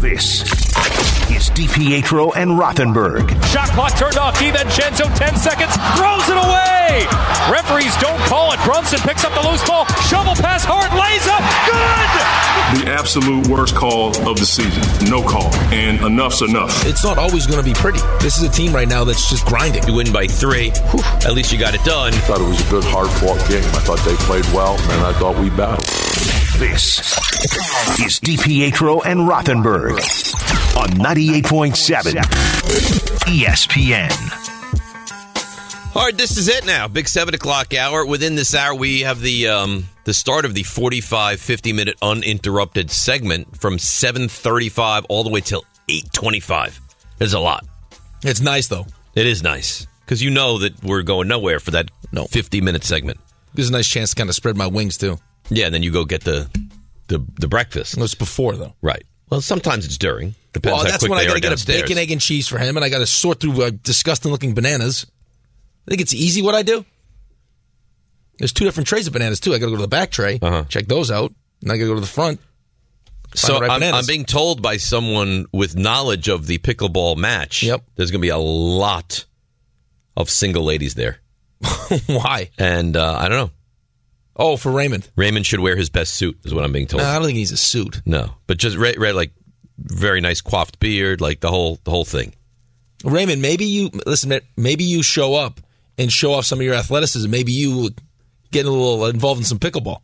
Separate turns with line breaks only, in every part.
This is DiPietro and Rothenberg.
Shot clock turned off. DiVincenzo, 10 seconds, throws it away. Referees don't call it. Brunson picks up the loose ball, shovel pass, Hart lays up. Good!
the absolute worst call of the season. No call. And enough's enough.
it's not always going to be pretty. This is a team right now that's just grinding.
You win by three. Whew, at least you got it done.
thought it was a good, hard-fought game. I thought they played well, and I thought we battled.
This is DiPietro and Rothenberg on 98.7 E ESPN.
All right, this is it now. Big seven o'clock hour. Within this hour, we have the um, the start of the 45, 50 minute uninterrupted segment from 7.35 all the way till 8.25. There's a lot.
It's nice though.
It is nice because you know that we're going nowhere for that
No.
50 minute segment.
Gives a nice chance to kind of spread my wings too.
Yeah, and then you go get the the, the breakfast.
It was before though.
Right. Well, sometimes it's during. Depends
Well,
how
that's
quick
when
they
I got
are
to get a
downstairs.
bacon, egg, and cheese for him, and I got to sort through uh, disgusting-looking bananas. I think it's easy what I do. There's two different trays of bananas too. I got to go to the back tray, check those out, and I got to go to the front.
Uh-huh. So
Find the right
I'm,
bananas.
I'm being told by someone with knowledge of the pickleball match.
Yep.
There's going to be a lot of single ladies there,
Why?
and uh, I don't know.
Oh, for Raymond.
Raymond should wear his best suit, is what I'm being told.
Nah, I don't think he needs a suit.
no, but just red, red, like very nice coiffed beard, like the whole the whole thing.
Raymond, maybe you listen. man, Maybe you show up and show off some of your athleticism. Maybe you get a little involved in some pickleball.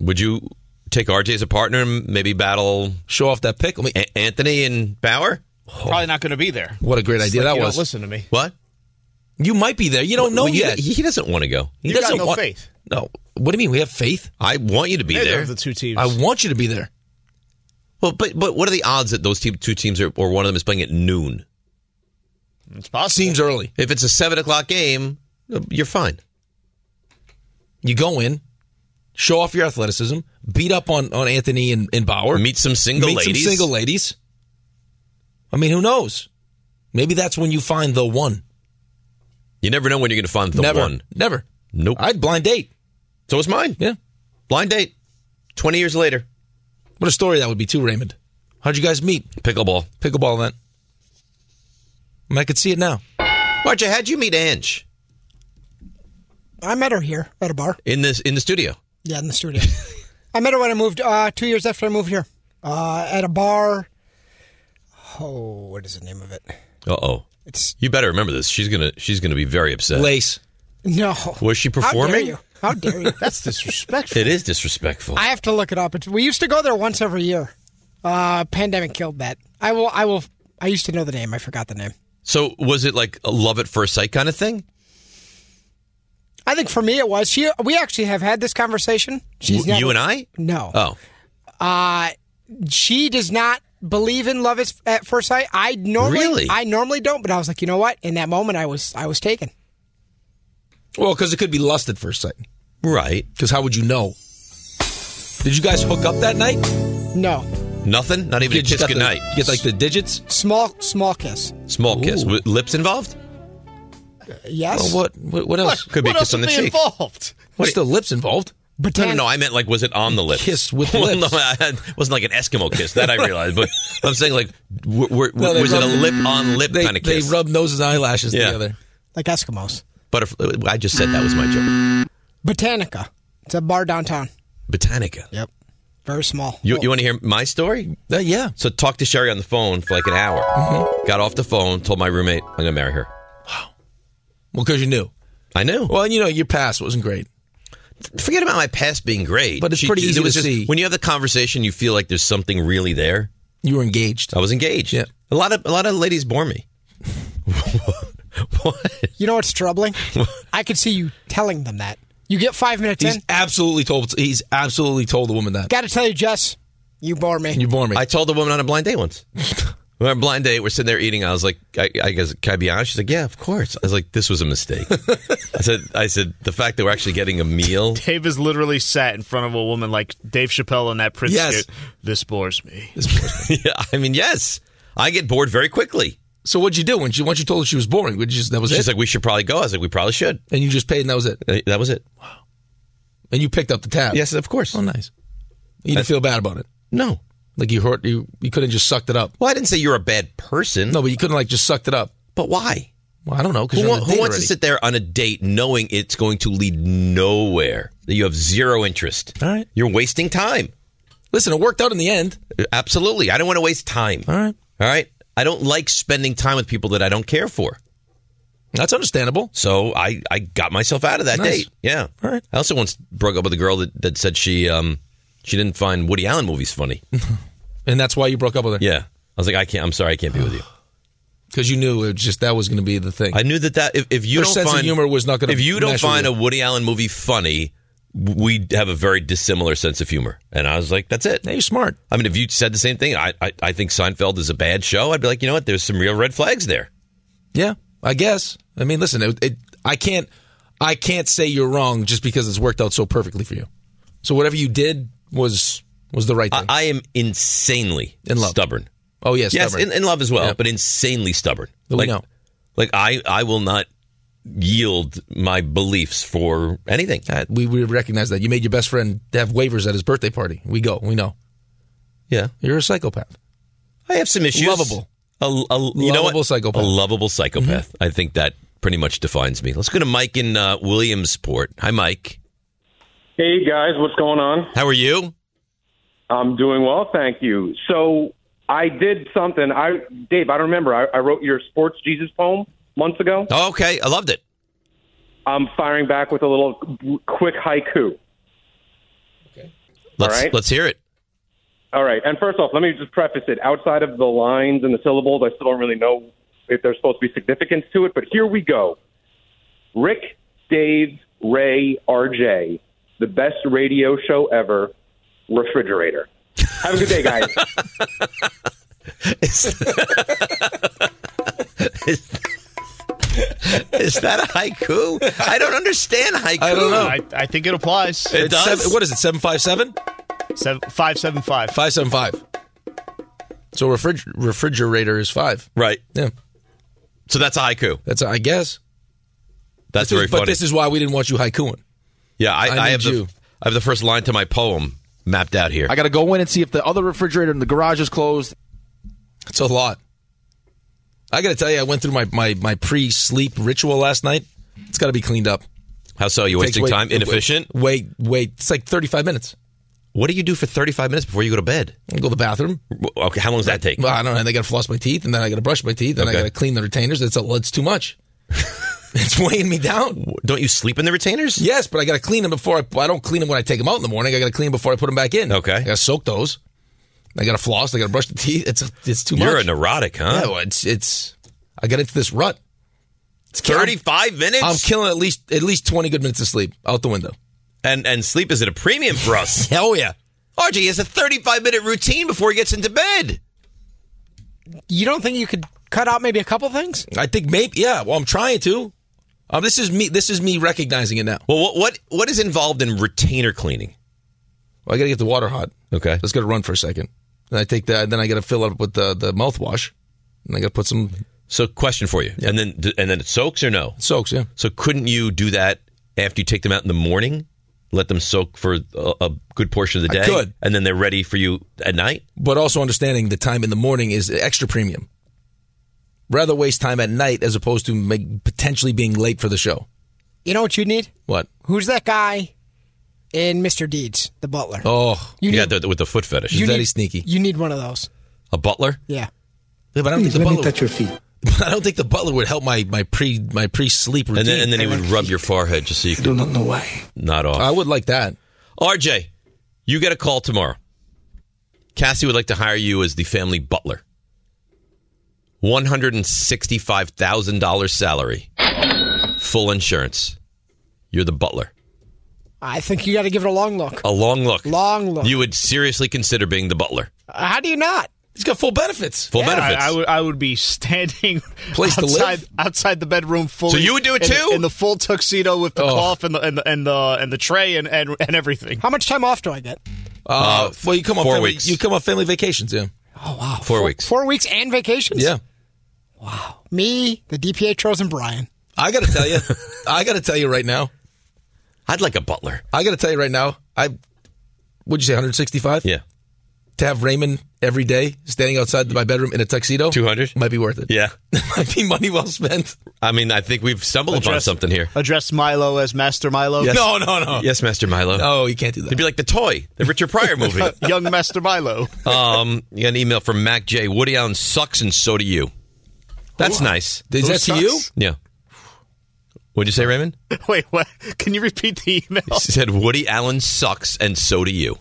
Would you take RJ as a partner and maybe battle
Show off that pickle. I mean,
a- Anthony and Bauer?
Probably not going to be there.
what a great idea that
you
was.
Don't Oh, listen to me.
What?
You might be there. You don't know
Well, you-
yet.
he doesn't want to go.
He
You got
doesn't
no
want-
faith.
No. What do you mean? We have faith.
I want you to be
Neither
there.
of the two teams.
I want you to be there.
well, but but what are the odds that those team, two teams are, or one of them is playing at noon?
it's possible.
Seems early.
If it's a seven o'clock game, you're fine.
You go in, show off your athleticism, beat up on, on Anthony and, and Bauer,
Meet some single
meet
ladies.
some single ladies. I mean, who knows? Maybe that's when you find the one.
you never know when you're going to find the
never,
one.
never.
Nope.
I'd blind date.
so it's mine.
Yeah.
Blind date. Twenty years later,
What a story that would be too, Raymond. How'd you guys meet?
pickleball.
Pickleball event. I, mean, I could see it now.
Marcia, how'd you meet Ange
I met her here at a bar.
in this in the studio?
Yeah, in the studio. I met her when I moved uh, two years after I moved here uh, at a bar. Oh, what is the name of it?
Uh oh.
It's
You better remember this. She's gonna she's gonna be very upset.
Lace.
no.
Was she
How dare
performing?
you? How dare you?
That's disrespectful.
It is disrespectful.
I have to look it up. It's, we used to go there once every year. Uh, pandemic killed that. I will. I will. I used to know the name. I forgot the name.
so was it like a love at first sight kind of thing?
I think for me it was. She. We actually have had this conversation. She's
W-
never-
you and I?
No.
Oh.
she does not believe in love is at first sight. I normally,
Really?
I normally don't, but I was like, you know what? In that moment, I was, I was taken.
Well, because it could be lust at first sight.
Right.
Because how would you know? Did you guys hook up that night?
No,
Nothing? Not even
You
a
just
kiss
got the-
goodnight.
you Get like the digits.
small, small kiss.
small kiss. With lips involved?
Yes,
Well, Oh, what, what? What else?
Could be
what
a
else
kiss on
would
the
be
cheek.
involved?
What's the lips involved?
but
No,
then-
no, no. I meant like, was it on the lips?
Kiss with
Well,
lips.
no, I had- it wasn't like an Eskimo kiss. That I realized, but I'm saying like, were, were,
No, they
was it a
rub-
lip on lip
They,
kind of
they
kiss?
rub noses and eyelashes
Yeah.
together.
like Eskimos.
Butterf- I just said that was my joke.
Botanica. It's a bar downtown.
Botanica.
Yep, very small.
You, you want to hear my story?
Uh, yeah.
So talked to Sherry on the phone for like an hour.
Mm-hmm.
Got off the phone, told my roommate I'm gonna marry her.
Well, because you knew.
I knew.
Well, and you know your past wasn't great.
Forget about my past being great,
But it's pretty
it
easy
was
to see.
When you have the conversation, you feel like there's something really there.
You were engaged.
I was engaged.
Yeah.
A lot of a lot of ladies bore me. what?
You know what's troubling? I could see you telling them that. You get five minutes
He's
in.
absolutely told. He's absolutely told the woman that.
Got to tell you, Jess, you bore me.
You bore me.
I told the woman on a blind date once. We're on blind date. We're sitting there eating. I was like, I, I guess, can I be honest? She's like, yeah, of course. I was like, this was a mistake. I said, I said, the fact that we're actually getting a meal.
Dave has literally sat in front of a woman like Dave Chappelle in that Prince
Yes.
skit. This bores me.
yeah, I mean, yes, I get bored very quickly.
So what'd you do when she once you told her she was boring? Would you just that was
She's
it?
like, we should probably go. I was like, we probably should.
and you just paid and that was it.
Uh, That was it.
And you picked up the tab.
Yes, of course.
Oh, nice. You didn't feel bad about it.
No.
Like you hurt you. You couldn't just sucked it up.
Well, I didn't say you're a bad person.
No, but you couldn't like just sucked it up.
But why?
Well, I don't know because
Who,
you're
wa-
on a
who
date
wants
already.
to sit there on a date knowing it's going to lead nowhere? That you have zero interest.
All right.
You're wasting time.
Listen, it worked out in the end.
Absolutely. I don't want to waste time.
All right,
All right. I don't like spending time with people that I don't care for.
that's understandable.
So I, I got myself out of that
Nice.
date. Yeah.
All right.
I also once broke up with a girl that, that said she um she didn't find Woody Allen movies funny.
And that's why you broke up with her.
yeah. I was like, I can't. I'm sorry, I can't be with you.
because you knew it was just that was going to be the thing.
I knew that that if, if you
Her
don't
sense of
find
humor was not gonna
if you don't
mesh with
find
you.
a Woody Allen movie funny, we have a very dissimilar sense of humor. And I was like, that's it.
now you're smart.
I mean, if you said the same thing, I, I I think Seinfeld is a bad show. I'd be like, you know what? There's some real red flags there.
Yeah, I guess. I mean, listen, it, it, I can't, I can't say you're wrong just because it's worked out so perfectly for you. So whatever you did was was the right
I,
thing.
I am insanely
In love.
stubborn.
oh yes,
Yes,
stubborn.
in, in love as well,
Yeah.
but insanely stubborn.
We
like,
know.
like I I will not yield my beliefs for anything.
Uh, we, we recognize that you made your best friend have waivers at his birthday party. We go. We know
Yeah,
you're a psychopath.
I have some issues.
Lovable.
a, a you know
Lovable
what?
psychopath. Mm-hmm.
A lovable psychopath. I think that pretty much defines me. Let's go to Mike in uh, Williamsport. Hi, Mike.
Hey guys, what's going on?
How are you?
I'm doing well, thank you. So I did something. I Dave, I don't remember. I, I wrote your sports Jesus poem months ago.
Oh, okay, I loved it.
I'm firing back with a little quick haiku.
Let's
right.
let's hear it.
All right. And first off, let me just preface it. Outside of the lines and the syllables, I still don't really know if there's supposed to be significance to it, but here we go. Rick, Dave, Ray, RJ, the best radio show ever, refrigerator. Have a good day, guys.
Is that a haiku? I don't understand haiku.
I don't know.
I, I think it applies.
It does.
Seven, what is it? Seven five seven
Seven, five seven five.
five seven five. So refriger- refrigerator is five.
right.
Yeah,
So that's a haiku.
that's I guess.
That's
This
very
is- but
funny.
this is why we didn't want you haikuing.
yeah, I,
I
I, have
need
the
you.
I have the first line to my poem mapped out here.
I got to go in and see if the other refrigerator in the garage is closed.
It's a lot. I got to tell you, I went through my, my, my pre sleep ritual last night. It's got to be cleaned up.
How so? You wasting
Takes way-
time? Inefficient?
Wait, wait. It's like 35 minutes.
What do you do for 35 minutes before you go to bed?
I go to the bathroom.
W- Okay, how long does that take?
Well, I don't know. And I got to floss my teeth, and then I got to brush my teeth, and
Okay.
I got to clean the retainers. It's, a, it's too much. it's weighing me down.
Don't you sleep in the retainers?
Yes, but I got to clean them before I. I don't clean them when I take them out in the morning. I got to clean them before I put them back in.
Okay.
I got to soak those. I got to floss. I got to brush the teeth. It's it's too
You're a
much.
neurotic, huh?
Yeah, well, it's it's. I got into this rut. It's killing-
35 minutes?
I'm killing at least at least 20 good minutes of sleep out the window.
and and sleep is at a premium for us.
Hell yeah.
RJ has a 35 minute routine before he gets into bed.
You don't think you could cut out maybe a couple things?
I think maybe yeah, well I'm trying to. Um this is me this is me recognizing it now.
Well, what what, what is involved in retainer cleaning?
Well, I got to get the water hot.
Okay.
Just got to run for a second. Then I take that then I got to fill up with the the mouthwash. And I got to put some
So, question for you, and then and then it soaks or no?
soaks, yeah.
So, couldn't you do that after you take them out in the morning? Let them soak for a, a good portion of the
I
day,
could.
and then they're ready for you at night.
But also understanding the time in the morning is extra premium. Rather waste time at night as opposed to make, potentially being late for the show.
You know what you need?
What?
Who's that guy in Mr. Deeds, the butler?
Oh,
you
yeah,
need,
the, with the foot fetish,
you
very
need-
sneaky.
You need one of those.
a butler.
Yeah.
Yeah, but I don't think the butler.
your feet.
I don't think the butler would help my my pre my pre sleep routine.
And then, and then he would rub your forehead just so you could
Do not know why.
nod off.
I would like that.
RJ, you get a call tomorrow. Cassie would like to hire you as the family butler. $165,000 salary, full insurance. You're the butler.
I think you got to give it a long look.
A long look.
Long look.
You would seriously consider being the butler.
Uh, How do you not?
He's got full benefits.
Full benefits.
I, I would I would be standing
Place to live?
outside outside the bedroom fully.
So you would do it
in-
too?
in the full tuxedo with the
Oh.
cloth and the and the and the, and the tray and, and and everything.
How much time off do I get?
Uh, well, you come on
four
family,
weeks.
You come on family vacations, yeah.
Oh wow,
Four weeks.
four weeks and vacations.
Yeah.
me, the DPA Tros, and Brian.
I got to tell you, I got to tell you right now.
I'd like a butler.
I got to tell you right now. I would you say 165
Yeah.
to have Raymond every day standing outside my bedroom in a tuxedo.
200?
might be worth it.
Yeah.
might be money well spent.
I mean, I think we've stumbled upon
Address-
something here.
Address Milo as Master Milo.
No, no, no.
Yes, Master Milo.
Oh, you can't do that.
It'd be like the toy, the Richard Pryor movie.
Young Master Milo.
um, you got an email from Mac J. Woody Allen sucks, and so do you. That's nice.
Is that to you?
Yeah. What'd you say, Raymond?
Wait, what? Can you repeat the email?
He said Woody Allen sucks, and so do you.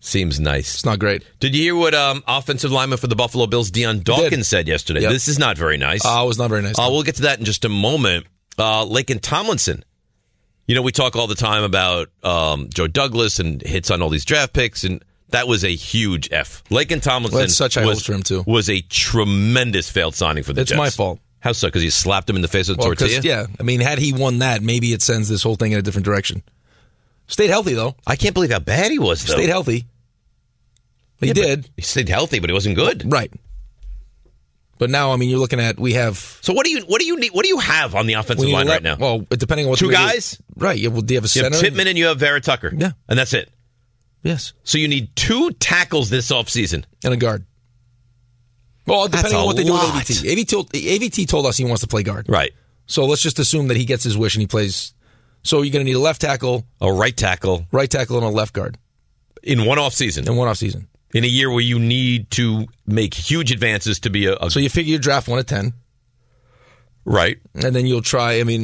Seems nice.
It's not great.
Did you hear what um, offensive lineman for the Buffalo Bills, Deion Dawkins, said yesterday?
Yep.
This is not very nice.
Oh, it was not very nice.
Uh, we'll get to that in just a moment. Uh, Lake and Tomlinson. You know, we talk all the time about um, Joe Douglas and hits on all these draft picks, and that was a huge F. Lake and Tomlinson
Well, that's such high
was,
hopes for him, too.
was a tremendous failed signing for the
It's
Jets.
my fault.
How so? Because he slapped him in the face with a
Well, 'cause,
tortilla?
yeah, I mean, had he won that, maybe it sends this whole thing in a different direction. Stayed healthy though.
I can't believe how bad he was, though.
Stayed healthy. He did
He stayed healthy, but he wasn't good.
right, but now I mean, you're looking at we have
So what do you what do you need? What do you have on the offensive
we
line
need
right now?
ele- Well, depending on what
Two
we do-
guys?
right? Yeah, well, do you have a
you have
center?
Pittman and you have Vera Tucker.
Yeah.
and that's it.
yes,
So you need two tackles this offseason.
and a guard. Well,
That's
depending on
a
what they
lot.
do with AVT. AVT, told- AVT told us he wants to play guard,
Right,
So let's just assume that he gets his wish and he plays. So you're going to need a left tackle,
a right tackle
right tackle, and a left guard
in one offseason.
in one off season.
in a year where you need to make huge advances to be a, a
So you figure you draft one at ten.
right.
and then you'll try. I mean,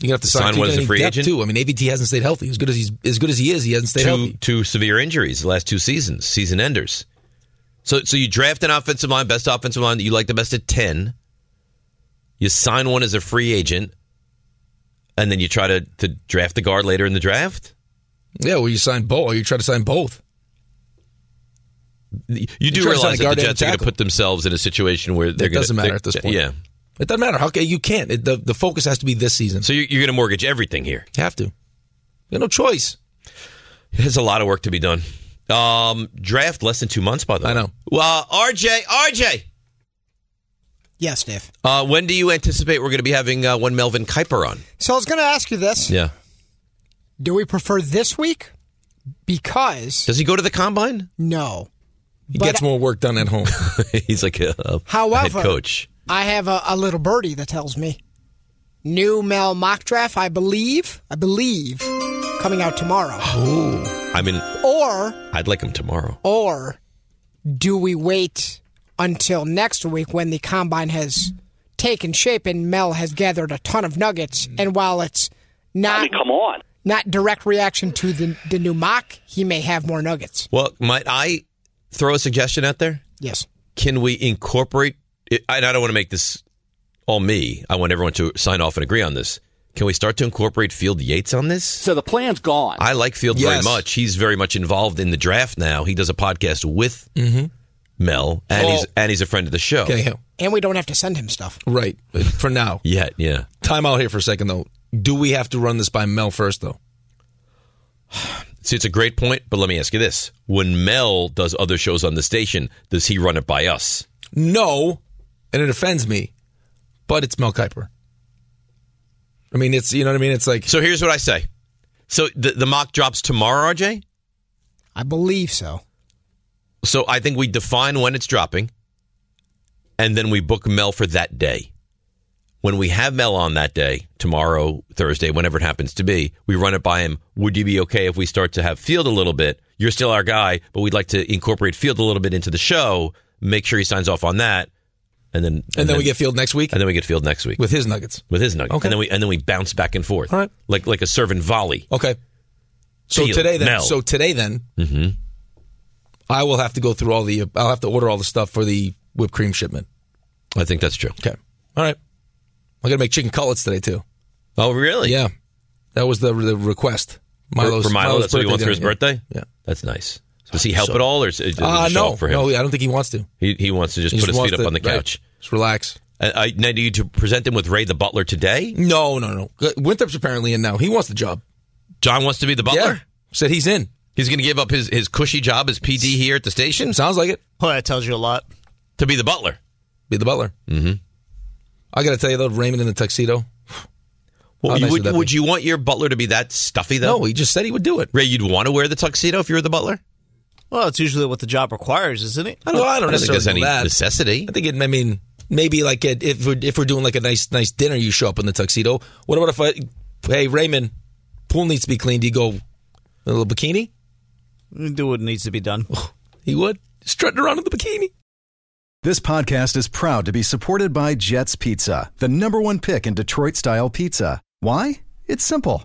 you're gonna have to sign,
Sign one
you're
as
gonna
a
need
free
depth,
agent?
too. I mean, AVT hasn't stayed healthy. As good as he's as good as he is, he hasn't stayed
Two
healthy.
two severe injuries the last two seasons, season enders. So so you draft an offensive line, best offensive line that you like the best at ten. You sign one as a free agent, and then you try to, to draft the guard later in the draft.
Yeah, well, you sign both. Or you try to sign both.
You do
try to
realize
sign a
that the
guard and a
Jets are going to
tackle.
put themselves in a situation where they're going
doesn't matter at this point.
Yeah,
It doesn't matter. How ca- you can't. It, the the focus has to be this season.
so you're, you're going to mortgage everything here.
You have to. You have no choice.
There's a lot of work to be done. Um, draft less than two months, by the way.
I know.
Well, RJ, RJ,
Yes, Dave.
uh, when do you anticipate we're going to be having uh, one Melvin Kiper on?
So I was going to ask you this:
Yeah.
Do we prefer this week? Because
Does he go to the combine?
no,
He
But-
gets more work done at home.
He's like a, a head
However-
coach.
I have a, a little birdie that tells me new Mel mock draft. I believe, I believe, coming out tomorrow.
I mean,
Or
I'd like him tomorrow.
or do we wait until next week when the combine has taken shape and Mel has gathered a ton of nuggets? And while it's not come on, not direct reaction to the the new mock, he may have more nuggets.
Well, might I throw a suggestion out there?
Yes,
Can we incorporate? It, and I don't want to make this all me. I want everyone to sign off and agree on this. Can we start to incorporate Field Yates on this?
So the plan's gone.
I like Field very
Yes.
much. He's very much involved in the draft now. He does a podcast with Mel, and he's
Oh.
and he's a friend of the show.
Okay, yeah.
and we don't have to send him stuff.
right. For now,
Yeah, yeah.
time out here for a second though. Do we have to run this by Mel first though?
See, it's a great point, but let me ask you this: When Mel does other shows on the station, does he run it by us?
No, and it offends me, but it's Mel Kiper. I mean, it's you know what I mean. It's like
So here's what I say: So the, the mock drops tomorrow, RJ.
I believe so.
So I think we define when it's dropping, and then we book Mel for that day. When we have Mel on that day, tomorrow, Thursday, whenever it happens to be, we run it by him. Would you be okay if we start to have Field a little bit? You're still our guy, but we'd like to incorporate Field a little bit into the show. Make sure he signs off on that, and then
and, then we get Field next week
and then we get Field next week with,
with his nuggets.
his nugget,
Okay.
and then we and then we bounce back and forth,
All right.
like like a servant volley.
Okay. So
Field,
today then,
Mel. Mm-hmm.
so today then, I will have to go through all the. I'll have to order all the stuff for the whipped cream shipment.
I think that's true.
Okay. All right. I got to make chicken cutlets today too.
Oh, really?
Yeah, that was the the request.
For, for Milo, that's what he
birthday
wants for his
dinner,
birthday.
Yeah. Yeah.
that's nice. Does he help at all, or is it does it
Uh,
show
no,
up for him?
no, I don't think he wants to.
He, he wants to just
He
put
just
his feet
wants
up
to-
on the
right.
couch.
Just relax.
Uh, I, now, do you to present him with Ray the Butler today?
No, no, no. Winthrop's apparently in now. He wants the job.
John wants to be the Butler.
Said he's in.
He's going to give up his his cushy job as PD here at the station.
Sounds like it.
Well, that tells you a lot.
To be the Butler.
Be the butler.
Mm-hmm.
I got to tell you though, Raymond in the tuxedo.
Well,
How
you-
nice
would
that
would
be?
you want your butler to be that stuffy though?
No, he just said he would do it.
Ray, you'd want to wear the tuxedo if you were the butler.
Well, it's usually what the job requires, isn't it?
I don't. I don't,
I don't think
necessarily
there's any
know that.
necessity.
I think it. I mean, maybe like it, if we're, if we're doing like a nice nice dinner, you show up in the tuxedo. What about if I? Hey Raymond, pool needs to be cleaned. Do you go in a little bikini?
Do what needs to be done.
he would strutting around in the bikini.
This podcast is proud to be supported by Jets Pizza, the number one pick in Detroit style pizza. Why? It's simple.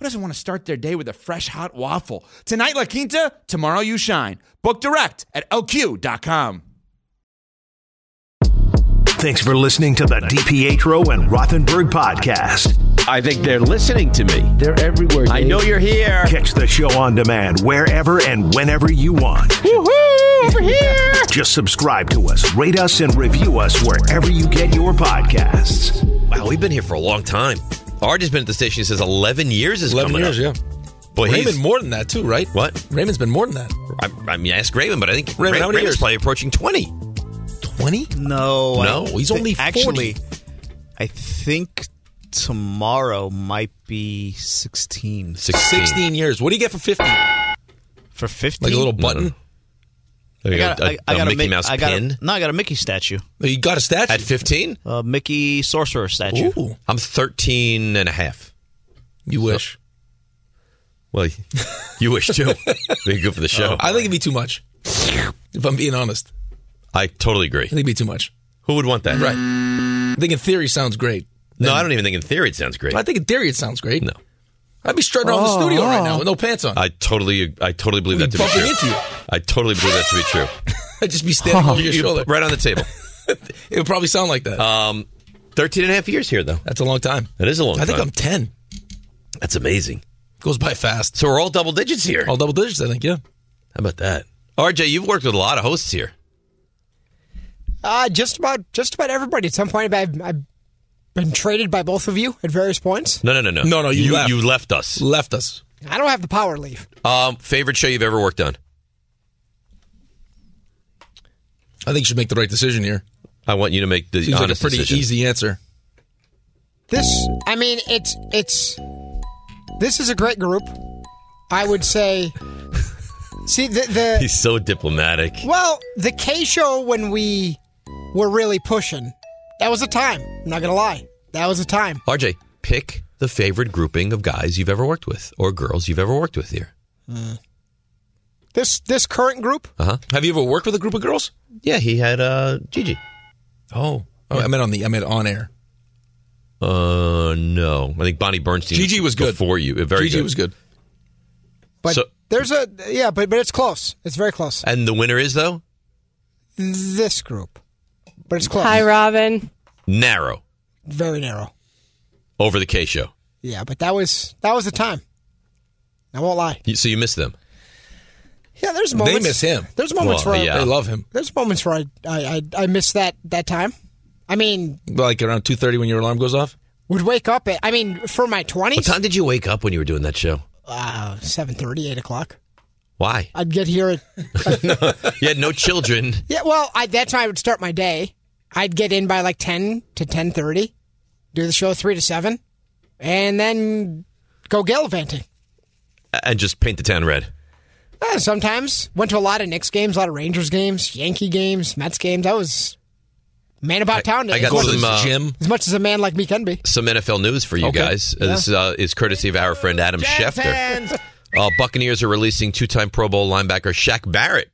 who doesn't want to start their day with a fresh hot waffle? Tonight, La Quinta, tomorrow, you shine. Book direct at lq.com.
Thanks for listening to the DPetro and Rothenberg podcast.
I think they're listening to me. They're everywhere. I know you're here.
Catch the show on demand wherever and whenever you want.
Woohoo! Over here.
Just subscribe to us, rate us, and review us wherever you get your podcasts.
Wow, we've been here for a long time. Art has been at the station since 11 years is
11
coming
years,
up. yeah. Boy,
Raymond
he's,
more than that too, right?
What?
Raymond's been more than that.
I, I mean, ask Raymond, but I think
Raymond,
Ray-
how many
Raymond's
years?
probably approaching 20.
20?
No. I
No, he's
thi-
only 40.
Actually, I think tomorrow might be 16.
16.
16 years. What do you get for 50?
For 50?
Like a little button?
I
Like
got
a-
a,
a-
I,
a
I got a
Mickey
Mic-
Mouse
I got a-
pin?
no, I got a Mickey statue.
You got a statue?
At 15?
A Mickey sorcerer statue.
Ooh.
I'm 13 and a half.
You wish.
Well, you wish too. Be good for the show.
I think it'd be too much. If I'm being honest,
I totally agree.
I think it'd be too much.
Who would want that?
Right. I think in theory sounds great.
No, I don't even think in theory it sounds great.
I think in theory it sounds great.
No.
I'd be strutting around the studio right now with no pants on.
I totally, I totally believe that to be
bumping
true.
into you.
I totally believe that to be true.
I'd just be standing over your
You-
shoulder.
right on the table.
It would probably sound like that.
Um, 13 and a half years here, though.
That's a long time.
That is a long
I think
time.
I'm 10.
That's amazing.
Goes by fast.
So we're all double digits here.
All double digits, I think, yeah.
How about that? RJ, you've worked with a lot of hosts here.
Uh, just about just about everybody. At some point, I've, I've been traded by both of you at various points.
No, no, no, no.
No, no, you
you
left.
left us.
Left us.
I don't have the power to leave.
Um, favorite show you've ever worked on?
I think you should make the right decision here.
I want you to make the
Seems like a
honest
pretty
decision.
easy answer.
This, I mean, it's it's this is a great group. I would say. See the the
He's so diplomatic.
Well, the K show when we were really pushing, that was a time. I'm not gonna lie, that was a time.
RJ, pick the favorite grouping of guys you've ever worked with or girls you've ever worked with here.
This this current group,
Uh huh.
Have you ever worked with a group of girls?
Yeah, he had uh Gigi.
Oh. oh I meant on the I meant on air.
Uh, no. I think Bonnie Bernstein.
Gigi was good.
before you. Very
Gigi
good.
was good.
but
So-
there's a yeah, but but it's close. It's very close.
And the winner is though.
This group, but it's close.
Hi, Robin.
Narrow
Very narrow.
over the K show.
Yeah, but that was that was the time. I won't lie.
You- So you miss them.
Yeah, there's
They
moments.
miss him.
There's moments
Well,
where
yeah. They love
him.
There's moments where I I, I, I miss that that time. I mean,
Like around two thirty when your alarm goes off.
would wake up at I mean for my
What
twenties,
time did you wake up when you were doing that show?
uh, seven thirty, eight o'clock.
Why?
I'd get here at
you had no children.
yeah. Well, I, that's how I would start my day. I'd get in by like ten to ten thirty, do the show three to seven, and then go gallivanting.
and just paint the town red.
Uh, sometimes went to a lot of Knicks games, a lot of Rangers games, Yankee games, Mets games. I was man about town.
I
as
got
much
some,
as-
uh, Jim.
as much as a man like me can be.
Some NFL news for you
Okay.
guys. Uh, This uh, is courtesy of our friend Adam
hands.
Schefter. Uh, Buccaneers are releasing two-time Pro Bowl linebacker Shaq Barrett.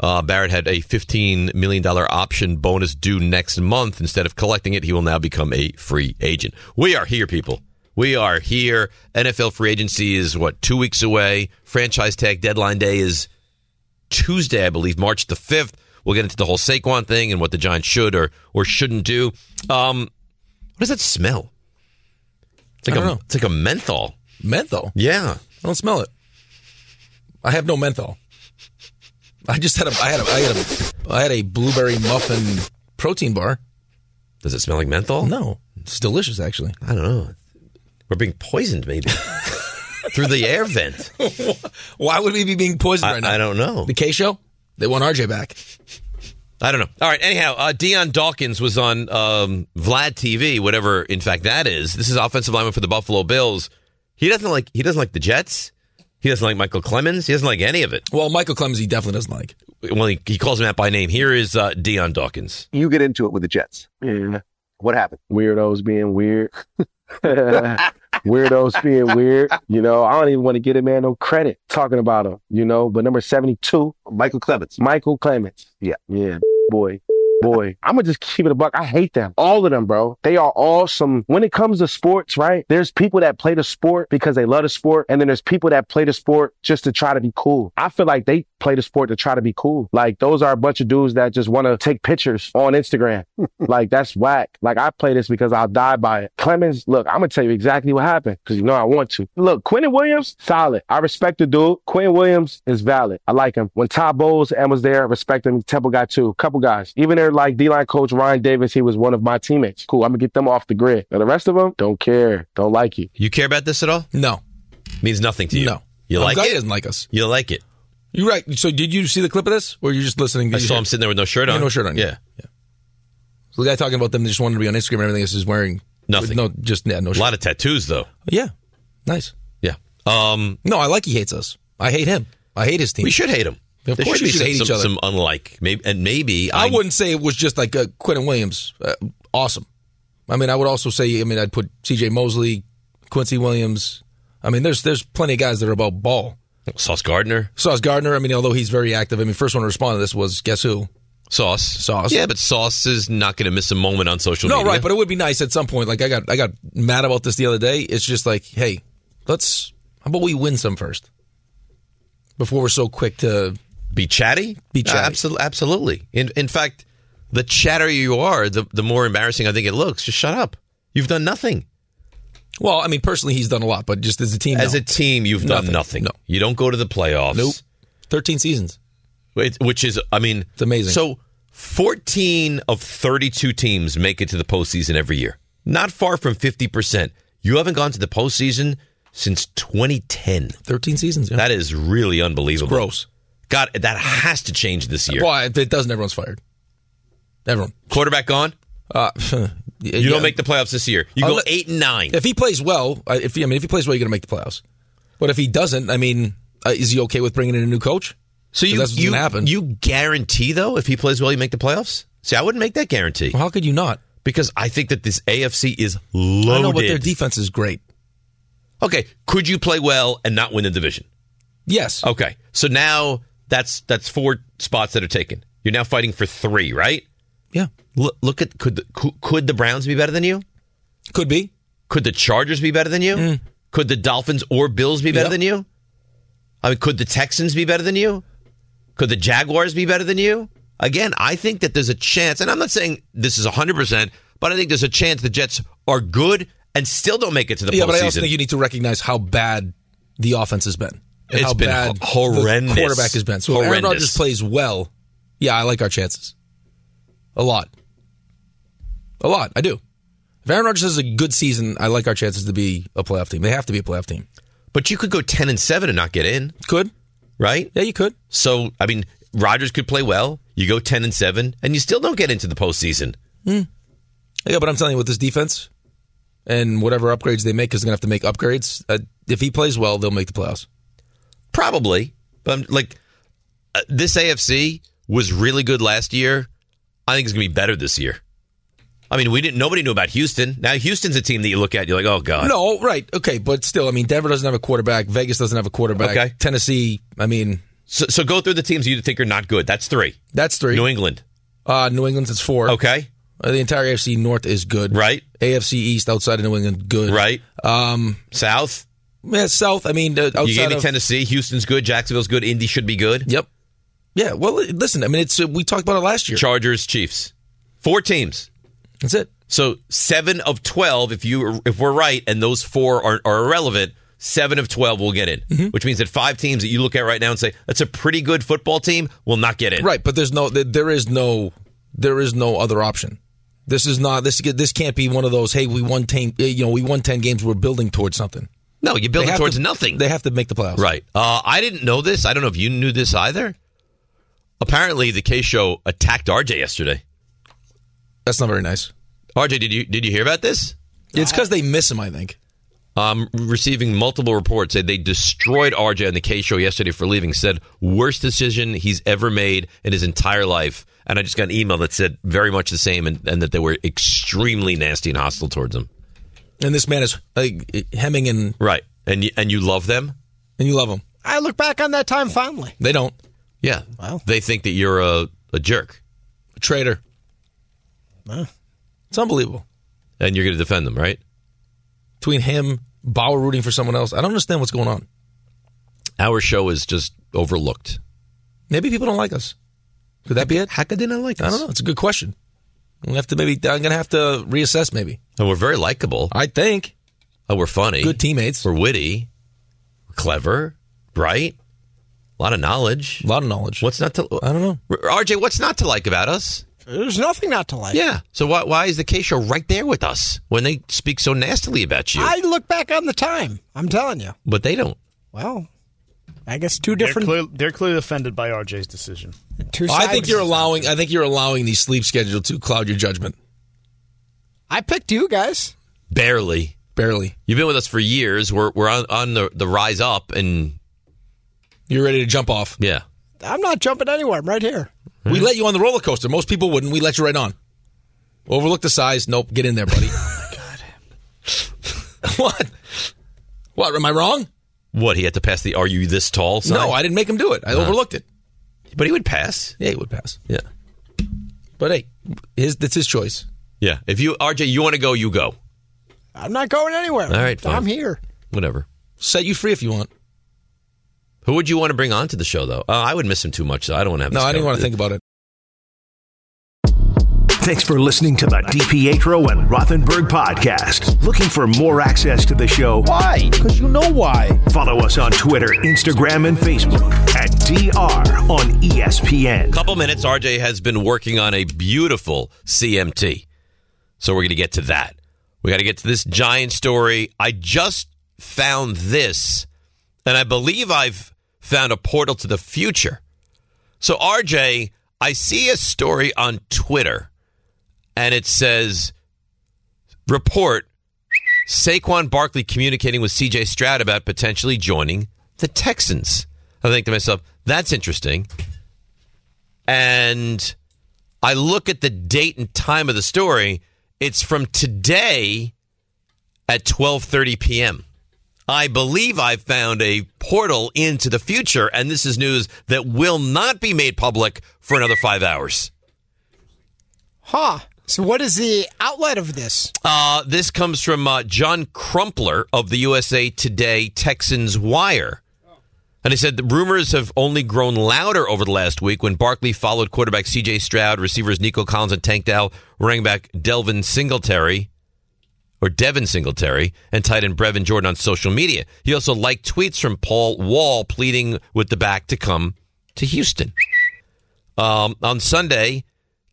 Uh, Barrett had a $15 million option bonus due next month. Instead of collecting it, he will now become a free agent. We are here, people. We are here. NFL free agency is, what, two weeks away? Franchise tag deadline day is Tuesday, I believe, March the 5th. We'll get into the whole Saquon thing and what the Giants should or, or shouldn't do. Um, what does that smell? It's like
I don't
a
know.
it's like a menthol.
Menthol.
Yeah.
I don't smell it. I have no menthol. I just had a I had a I had a I had a blueberry muffin protein bar.
Does it smell like menthol?
Oh, No. It's delicious actually.
I don't know. We're being poisoned maybe. Through the air vent.
Why would we be being poisoned
I-
right now?
I don't know.
The K show? They want RJ back.
I don't know. All right. Anyhow, uh, Deion Dawkins was on um, Vlad TV, whatever. In fact, that is. This is offensive lineman for the Buffalo Bills. He doesn't like. He doesn't like the Jets. He doesn't like Michael Clemens. He doesn't like any of it.
Well, Michael Clemens, he definitely doesn't like.
Well, he, he calls him out by name. Here is uh, Deion Dawkins.
You get into it with the Jets. Yeah. What happened?
Weirdos being weird. Weirdos being weird. You know, I don't even want to get a man no credit talking about him, you know. But number 72, Michael Clemens. Michael Clemens. Yeah. Yeah. Boy. Boy, I'm gonna just keep it a buck. I hate them. All of them, bro. They are awesome. When it comes to sports, right? There's people that play the sport because they love the sport, and then there's people that play the sport just to try to be cool. I feel like they play the sport to try to be cool. Like those are a bunch of dudes that just want to take pictures on Instagram. like that's whack. Like I play this because I'll die by it. Clemens, look, I'm gonna tell you exactly what happened because you know I want to. Look, Quentin Williams, solid. I respect the dude. Quentin Williams is valid. I like him. When Ty Bowles and was there, I respect him. Temple guy too. Couple guys. Even their like D line coach Ryan Davis, he was one of my teammates. Cool. I'm gonna get them off the grid. Now the rest of them don't care. Don't like you.
You care about this at all?
No.
Means nothing to you. No. You
I'm
like it?
glad he Um, doesn't like us.
You like it?
You're right. So did you see the clip of this? Or you're just listening?
I
Did you
saw
hear-
him sitting there with no shirt
Yeah,
on.
no shirt on.
Yeah.
So the guy talking about them, they just wanted to be on Instagram and everything else is wearing
Nothing.
No, just yeah, no shirt.
A lot of tattoos though.
Yeah. Nice.
Yeah. Um,
no, I like he hates us. I hate him. I hate his team.
We should hate him.
Of
There
course,
should
we
be
should
some,
hate each
some-
other.
Some unlike, maybe, and maybe
I wouldn't say it was just like uh, Quentin Williams. Uh, awesome. I mean, I would also say, I mean, I'd put C.J. Mosley, Quincy Williams. I mean, there's there's plenty of guys that are about ball.
Sauce Gardner.
Sauce Gardner. I mean, although he's very active. I mean, first one to respond to this was guess who?
Sauce. Sauce. Yeah, but Sauce is not going to miss a moment on social
no,
media.
right. But it would be nice at some point. Like I got I got mad about this the other day. It's just like, hey, let's how about we win some first before we're so quick to
be chatty.
Be chatty.
absolutely, absolutely. In in fact, the chatter you are, the the more embarrassing I think it looks. Just shut up. You've done nothing.
Well, I mean, personally, he's done a lot, but just as a team,
As
no.
a team, you've done nothing. No. You don't go to the playoffs. Nope.
Thirteen seasons.
It, which is, I mean, it's
amazing.
So, fourteen of thirty-two teams make it to the postseason every year. Not far from fifty percent. You haven't gone to the postseason since 2010.
13 seasons. Yeah.
That is really unbelievable.
gross.
God, that has to change this year.
Well, if it doesn't, everyone's fired. Everyone.
Quarterback gone.
Uh, you
don't make the playoffs this year. You go
Unle-
eight and nine.
If he plays well, I- if he, I mean, if he plays well, you're going to make the playoffs. But if he doesn't, I mean, uh, is he okay with bringing in a new coach?
So
'Cause
you
that's what's
you
gonna happen.
you guarantee though if he plays well you make the playoffs. See, I wouldn't make that guarantee.
how could you not?
Because I think that this AFC is loaded.
I know, but their defense is great.
okay, could you play well and not win the division?
Yes.
Okay, so now that's that's four spots that are taken. You're now fighting for three, right?
Yeah.
Look, look at could the, cou- could the Browns be better than you?
Could be.
Could the Chargers be better than you?
Mm.
Could the Dolphins or Bills be better than you? I mean, could the Texans be better than you? Could the Jaguars be better than you? Again, I think that there's a chance, and I'm not saying this is 100%, but I think there's a chance the Jets are good and still don't make it to the
yeah,
postseason.
but I also think you need to recognize how bad the offense has been. and
It's
how
been
bad
ho- horrendous.
The quarterback has been. So if Aaron
Horrendous.
Rodgers plays well, yeah, I like our chances a lot, a lot. I do. If Aaron Rodgers has a good season, I like our chances to be a playoff team. They have to be a playoff team.
But you could go ten and seven and not get in.
Could.
Right?
Yeah, you could.
So I mean, Rodgers could play well. You go ten and seven, and you still don't get into the postseason.
Yeah, but I'm telling you, with this defense and whatever upgrades they make, because they're gonna have to make upgrades. Uh, if he plays well, they'll make the playoffs.
Probably, but I'm, like uh, this AFC was really good last year. I think it's going to be better this year. I mean, we didn't. Nobody knew about Houston. Now Houston's a team that you look at, you're like, oh god.
No, right. Okay, but still, I mean, Denver doesn't have a quarterback. Vegas doesn't have a quarterback.
Okay.
Tennessee, I mean.
So, so go through the teams you think are not good. That's three.
That's three.
New England.
Uh, New England's it's four.
Okay.
Uh, the entire AFC North is good.
Right.
AFC East outside of New England, good.
Right.
Um,
South.
Yeah, South. I mean, uh, outside
you gave me
of
Tennessee. Houston's good. Jacksonville's good. Indy should be good.
Yep. Yeah. Well, li- listen. I mean, it's uh, we talked about it last year.
Chargers, Chiefs. Four teams.
That's it.
So seven of twelve, if you if we're right, and those four are, are irrelevant, seven of twelve will get in.
Mm-hmm.
Which means that five teams that you look at right now and say that's a pretty good football team will not get in.
Right, but there's no there- there is no there is no other option. This is not this this can't be one of those. Hey, we won ten. You know, we won ten games. We're building towards something.
No, you're building
They have
towards
to-
nothing.
They have to make the playoffs.
Right. Uh, I didn't know this. I don't know if you knew this either. Apparently, the K Show attacked RJ yesterday.
That's not very nice.
RJ, did you did you hear about this?
It's because they miss him. I think.
Um, receiving multiple reports that they destroyed RJ on the K show yesterday for leaving. Said worst decision he's ever made in his entire life. And I just got an email that said very much the same, and, and that they were extremely nasty and hostile towards him.
And this man is like hemming and
Right, and you, and you love them.
and you love him.
I look back on that time fondly.
They don't.
Yeah, they think that you're a, a jerk,
a traitor. It's unbelievable.
and you're going to defend them, right?
Between him, Bauer rooting for someone else, I don't understand what's going on.
Our show is just overlooked.
Maybe people don't like us. Could that be it?
How could they not like
us? I don't know. It's a good question. We have to maybe. I'm gonna have to reassess. Maybe
And we're very likable.
I think.
Oh, we're funny.
Good teammates.
We're witty. We're clever. Bright. A lot of knowledge. A
lot of knowledge.
What's not to?
I don't know.
RJ, what's not to like about us?
There's nothing not to like.
Yeah. So why why is the K show right there with us when they speak so nastily about you?
I look back on the time. I'm telling you.
but they don't.
Well, I guess two
They're,
different
clear, they're clearly offended by RJ's decision.
two
I
sides.
think you're allowing. I think you're allowing the sleep schedule to cloud your judgment.
I picked you guys.
Barely.
Barely.
You've been with us for years. We're we're on, on the the rise up, and
you're ready to jump off.
Yeah.
I'm not jumping anywhere. I'm right here.
We let you on the roller coaster. Most people wouldn't. We let you right on. Overlook the size. Nope. Get in there, buddy.
Oh,
what? What? Am I wrong?
What he had to pass the "Are you this tall?" sign?
No, I didn't make him do it. I
Uh-huh.
overlooked it.
But he would pass.
Yeah, he would pass.
Yeah.
But hey, his that's his choice.
Yeah. If you RJ, you want to go, you go.
I'm not going anywhere.
All right, fine.
I'm here.
Whatever.
Set you free if you want.
Who would you want to bring on to the show, though? Uh, I would miss him too much, so I don't want to have.
No,
this
I didn't
conver-
want to think about it.
Thanks for listening to the DiPietro and Rothenberg podcast. Looking for more access to the show? Why? Because you know why. Follow us on Twitter, Instagram, and Facebook at DR on E ESPN.
Couple minutes. RJ has been working on a beautiful CMT. So we're going to get to that. We got to get to this giant story. I just found this, and I believe I've found a portal to the future. So, RJ, I see a story on Twitter, and it says report Saquon Barkley communicating with CJ Stroud about potentially joining the Texans. I think to myself, that's interesting and I look at the date and time of the story, it's from today at 12:30 p.m. I believe I've found a portal into the future and this is news that will not be made public for another 5 hours.
Huh. So what is the outlet of this?
Uh, this comes from uh, John Crumpler of the USA Today Texans Wire. And he said the rumors have only grown louder over the last week when Barkley followed quarterback C.J. Stroud, receivers Nico Collins and Tank Dell, running back Delvin Singletary, or Devin Singletary, and tight end Brevin Jordan on social media. He also liked tweets from Paul Wall pleading with the back to come to Houston. Um, on Sunday,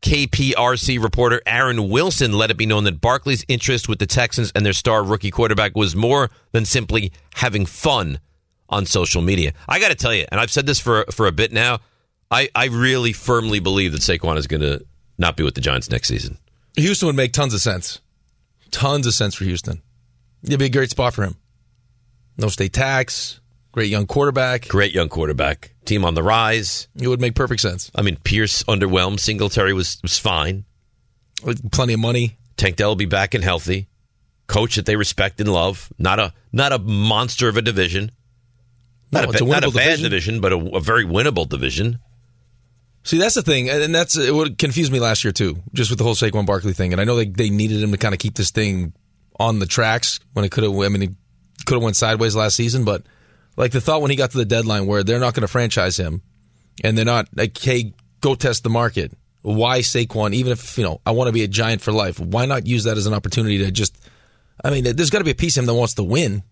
KPRC reporter Aaron Wilson let it be known that Barkley's interest with the Texans and their star rookie quarterback was more than simply having fun on social media. I got to tell you, and I've said this for for a bit now, I, I really firmly believe that Saquon is going to not be with the Giants next season.
Houston would make tons of sense. Tons of sense for Houston. It'd be a great spot for him. No state tax, great young quarterback.
Great young quarterback. Team on the rise.
It would make perfect sense.
I mean, Pierce underwhelmed. Singletary was was fine.
With plenty of money.
Tank Dell will be back and healthy. Coach that they respect and love. Not a not a monster of a division. Not,
No,
a,
it's a
ba- not a
winnable
bad
division.
division, but a, a very winnable division.
See, that's the thing, and and that's uh, what confused me last year too, just with the whole Saquon Barkley thing. And I know they they needed him to kind of keep this thing on the tracks when it could have. I mean, it could have went sideways last season, but like the thought when he got to the deadline where they're not going to franchise him, and they're not like, hey, go test the market. Why Saquon? Even if you know I want to be a giant for life, why not use that as an opportunity to just? I mean, there's got to be a piece of him that wants to win.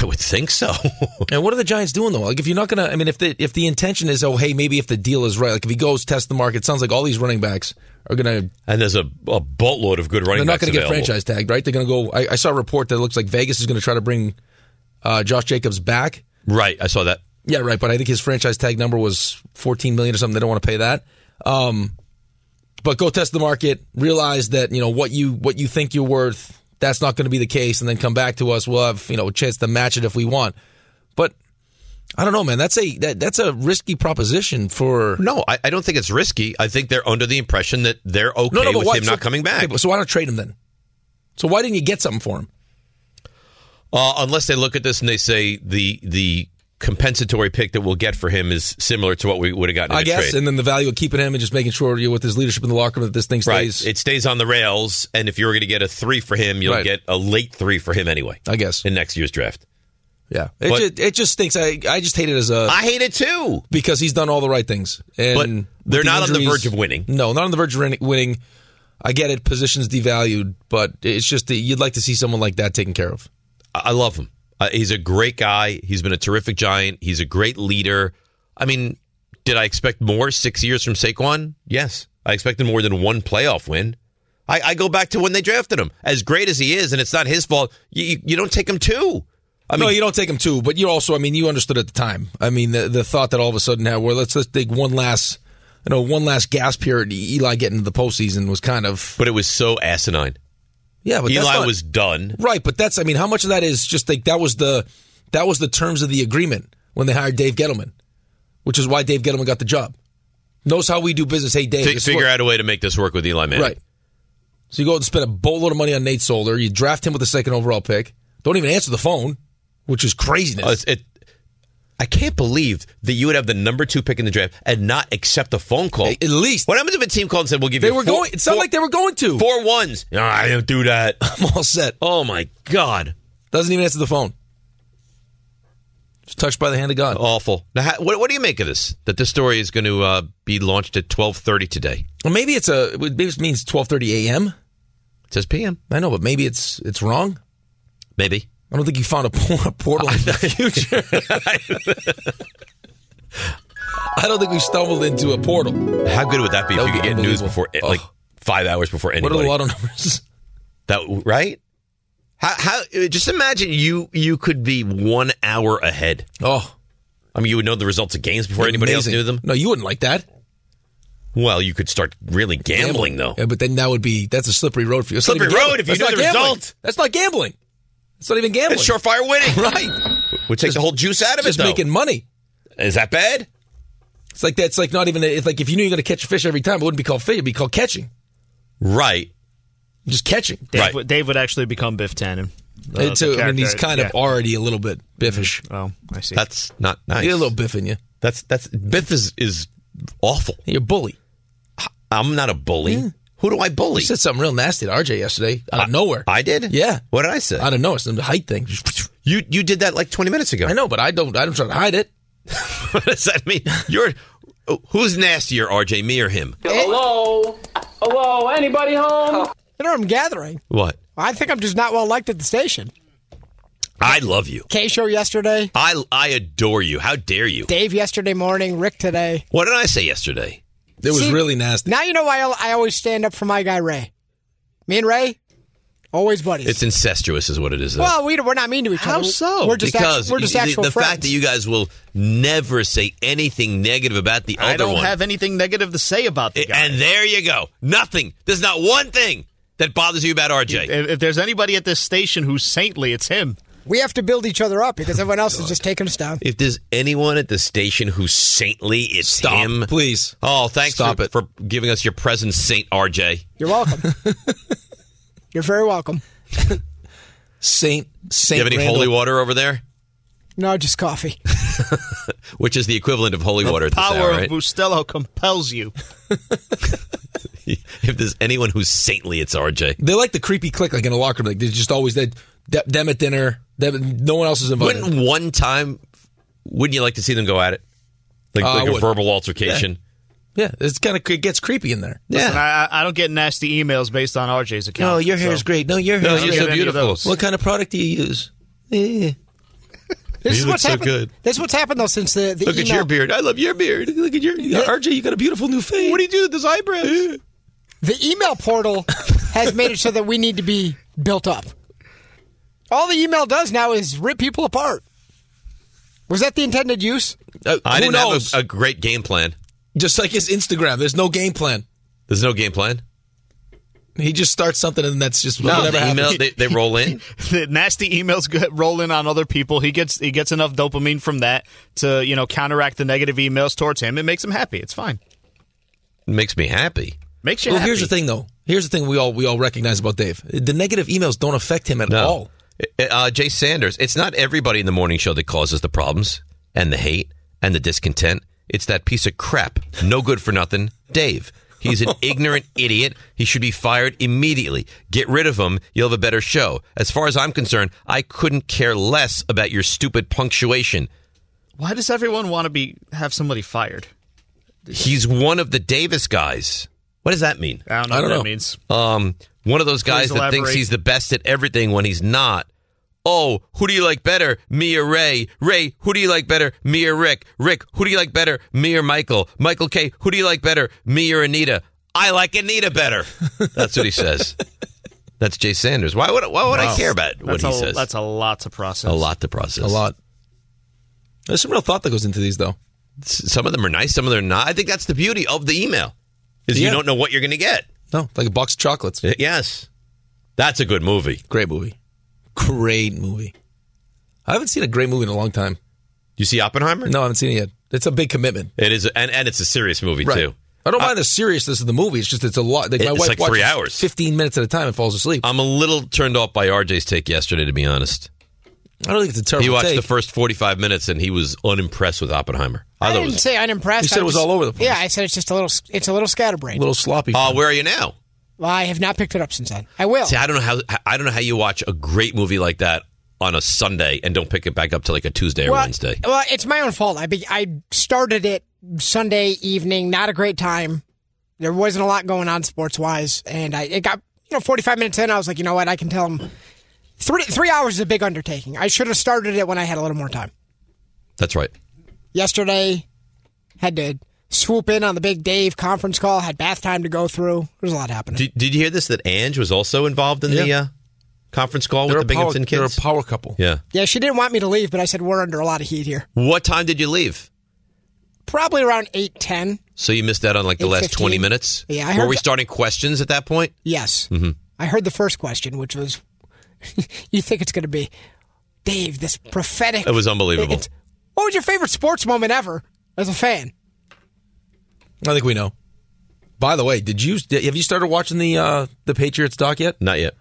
I would think so.
and what are the Giants doing though? Like if you're not gonna, I mean, if the if the intention is, oh hey, maybe if the deal is right, like if he goes test the market, it sounds like all these running backs are gonna.
And there's a, a boatload of good
They're
running
not
backs
gonna get
available.
franchise tagged, right? They're gonna go. I, I saw a report that looks like Vegas is gonna try to bring uh, Josh Jacobs back.
Right, I saw that.
Yeah, right. But I think his franchise tag number was 14 million or something. They don't want to pay that. Um, but go test the market. Realize that you know what you what you think you're worth. That's not going to be the case, and then come back to us. We'll have you know a chance to match it if we want. But I don't know, man. That's a that, that's a risky proposition for.
No, I, I don't think it's risky. I think they're under the impression that they're okay
no, no, but
with
why-
him
so-
not coming back.
okay, but so why not trade him then? So why didn't you get something for him?
Uh, unless they look at this and they say the the compensatory pick that we'll get for him is similar to what we would have gotten. In
I
a
guess,
trade.
and then the value of keeping him and just making sure you're with his leadership in the locker room that this thing stays.
Right. It stays on the rails, and if you were going to get a three for him, you'll
Right.
get a late three for him anyway.
I guess
in next year's draft.
Yeah, it,
But-
just, it just stinks. I I just hate it as a.
I hate it too
because he's done all the right things, and
But
with
they're not on the
injuries-
verge of winning.
No, not on the verge of win- winning. I get it. Positions devalued, but it's just that you'd like to see someone like that taken care of.
I I love him. Uh, he's a great guy. He's been a terrific giant. He's a great leader. I mean, did I expect more six years from Saquon? Yes. I expected more than one playoff win. I, I go back to when they drafted him. As great as he is, and it's not his fault, you, you, you don't take him two. I
no, you don't take him too, but you also, I mean, you understood at the time. I mean, the the thought that all of a sudden now, well, let's let's take one last, you know, one last gasp here at Eli getting to the postseason was kind of,
But it was so asinine.
yeah, but that's
Eli
not-
was done.
Right, but that's I mean, how much of that is just like that was the that was the terms of the agreement when they hired Dave Gettleman, which is why Dave Gettleman got the job. Knows how we do business. Hey, Dave,
Fi-
this
figure
work-
out a way to make this work with Eli Manning.
right. So you go and spend a boatload of money on Nate Solder. You draft him with the second overall pick. Don't even answer the phone, which is craziness.
Uh, it's- it- I can't believe that you would have the number two pick in the draft and not accept a phone call. At
least.
What happens if a team called and said, we'll give
they
you
were
four-
going. It sounded
four-
like they were going to.
Four ones. No, I didn't do that.
I'm all set.
Oh my God.
Doesn't even answer the phone. Just touched by the hand of God.
Awful. Now, how, what, what do you make of this? That this story is going to uh, be launched at twelve thirty today.
Well, maybe it's a. Maybe it means 12:30 a.m.
It says p.m.
I know, but maybe it's it's wrong.
Maybe.
I don't think you found a, por- a portal in the future. I don't think we stumbled into a portal.
How good would that be
That
if
would
you
be
could get news before
unbelievable.
like five hours before
What
anybody?
are the lotto numbers?
that right? How, how? Just imagine you you could be one hour ahead.
Oh,
I mean, you would know the results of games before anybody
Amazing.
else knew them.
No, you wouldn't like that.
Well, you could start really gambling, though.
Yeah, but then that would be that's a slippery road for you. It's not
Slippery
even gambling.
road if you
That's
know
not
the
gambling.
result.
That's not gambling. It's not even gambling.
It's surefire winning,
right?
Would take the whole juice out of
Just
it. Though.
making money.
Is that bad?
It's like that's like not even it's like if you knew you're going to catch a fish every time, it wouldn't be called fish. It'd be called catching.
Right.
Just catching.
Dave, would- Dave would actually become Biff Tannen.
Oh,
Uh,
It's
the
a- I mean, he's
character,
kind
yeah.
of already a little bit biffish.
Oh, I see.
That's not nice.
You're a little biff in you.
That's that's Biff is is awful.
You're a bully.
I'm not a bully. Who do I bully?
You said something real nasty to RJ yesterday out of nowhere.
I did.
Yeah.
What did I say?
I don't know. It's some height thing.
You you did that like 20 minutes ago. I
know, but I don't. I don't try to hide it.
what does that mean? You're who's nastier, RJ, me or him?
Hello, hello, anybody home? Interim gathering.
What?
I think I'm just not well liked at the station.
I love you.
K show yesterday,
I I adore you. How dare you?
Dave yesterday morning, Rick today.
What did I say yesterday?
It
was See- really
nasty.
Now you know why I I always stand up for my guy Ray. Me and Ray, always buddies.
It's incestuous, is what it is. Though.
well, we, we're not mean to each other. How so? We're just
because
act- we're just
the,
actual
the
friends.
fact that you guys will never say anything negative about the other
I don't
one.
have anything negative to say about the guy.
and there you go. Nothing. There's not one thing that bothers you about RJ.
If, if there's anybody at this station who's saintly, it's him.
we have to build each other up because everyone else is just taking us down.
If there's anyone at the station who's saintly, it's him.
Please.
Oh, thanks for, for giving us your presence, Saint RJ.
You're welcome. You're very welcome.
Saint Saint.
you have any
Randall.
holy water over there?
No, just coffee.
Which is the equivalent of holy water at this hour,
Power
right?
of Bustelo compels you.
if there's anyone who's saintly, it's RJ.
They're like the creepy clique, like in a locker room. Like they're just always that that- them at dinner. Them, no one else is invited.
Wouldn't one time? Wouldn't you like to see them go at it, like,
Uh, I
like a
would.
verbal altercation?
Yeah, it's kind of it gets creepy in there.
Listen, I, I- I don't get nasty emails based on RJ's account.
No, your hair
so-
is great. No, your hair
No,
is
you're
great.
so beautiful.
What kind of product do you use? Eh.
This
You
is
look
what's
so
happened.
good.
This is what's happened though since the, the
Look at
email.
your beard. I love your beard. Look at your RJ. You got a beautiful new face. What do you do with those eyebrows?
The email portal has made it so that we need to be built up. All the email does now is rip people apart. Was that the intended use?
I
who
didn't
knows?
have a, a great game plan.
Just like his Instagram, there's no game plan.
There's no game plan.
He just starts something and that's just
No,
whatever
the email
happens.
they, they roll in.
the nasty emails get- roll in on other people. He gets he gets enough dopamine from that to you know counteract the negative emails towards him. It makes him happy. It's fine.
It makes me happy.
Makes you
Well,
happy.
here's the thing, though. Here's the thing we all we all recognize about Dave. The negative emails don't affect him at all.
Uh, Uh, Jay Sanders, it's not everybody in the morning show that causes the problems and the hate and the discontent. It's that piece of crap, no good for nothing, Dave. He's an ignorant idiot. He should be fired immediately. Get rid of him. You'll have a better show. As far as I'm concerned, I couldn't care less about your stupid punctuation.
Why does everyone want to be have somebody fired?
He's one of the Davis guys. What does that mean?
I don't know I what don't that know. means.
Um, one of those guys
Please
that thinks
elaborate.
he's the best at everything when he's not. Oh, who do you like better, me or Ray? Ray, who do you like better, me or Rick? Rick, who do you like better, me or Michael? Michael K, who do you like better, me or Anita? I like Anita better. That's what he says. That's Jay Sanders. Why would why would I
Wow.
care about what
That's
he
a-
says?
That's a lot to process.
a lot to process.
A lot. There's some real thought that goes into these, though.
S- Some of them are nice, some of them are not. I think that's the beauty of the email is you
Yeah.
don't know what you're going to get.
No, like a box of chocolates.
Y- Yes. That's a good movie.
Great movie. Great movie. I haven't seen a great movie in a long time.
You see Oppenheimer?
No, I haven't seen it yet. It's a big commitment.
It is, and, and it's a serious movie
Right.
too.
I don't mind the seriousness of the movie. It's just it's a lot. Like my
It's
wife
like three
watches
hours.
fifteen minutes at a time, and falls asleep.
I'm a little turned off by RJ's take yesterday, to be honest.
I don't think it's a terrible
He watched
take.
the first 45 minutes and he was unimpressed with Oppenheimer.
I
thought it
didn't
was-
say unimpressed.
You said
I
it was all over the place.
Yeah, I said it's just a little. It's a little scatterbrained.
sloppy.
Uh, where are you now?
Well, I have not picked it up since then. I will.
See, I don't know how I don't know how you watch a great movie like that on a Sunday and don't pick it back up till like a Tuesday or
well,
Wednesday.
Well, it's my own fault. I be, I started it Sunday evening. Not a great time. There wasn't a lot going on sports wise, and I it got you know 45 minutes in. I was like, you know what? I can tell them three three hours is a big undertaking. I should have started it when I had a little more time.
That's right.
Yesterday, had to swoop in on the big Dave conference call. Had bath time to go through. There's a lot happening.
Did, did you hear this? That Ange was also involved in the
Yeah.
uh, conference call with the
a power-
Binghamton
they're a
kids.
power couple.
Yeah.
Yeah, she didn't want me to leave, but I said we're under a lot of heat here.
What time did you leave?
Probably around eight ten.
So you missed out on like the last 20
8:15.
minutes.
Yeah, I
Were
heard
we
that.
starting questions at that point?
Yes.
Mm-hmm.
I heard the first question, which was, "You think it's going to be, Dave? This prophetic."
It was unbelievable.
It's- what was your favorite sports moment ever as a fan?
I think we know. By the way, did you have you started watching the uh, the Patriots doc yet?
Not yet.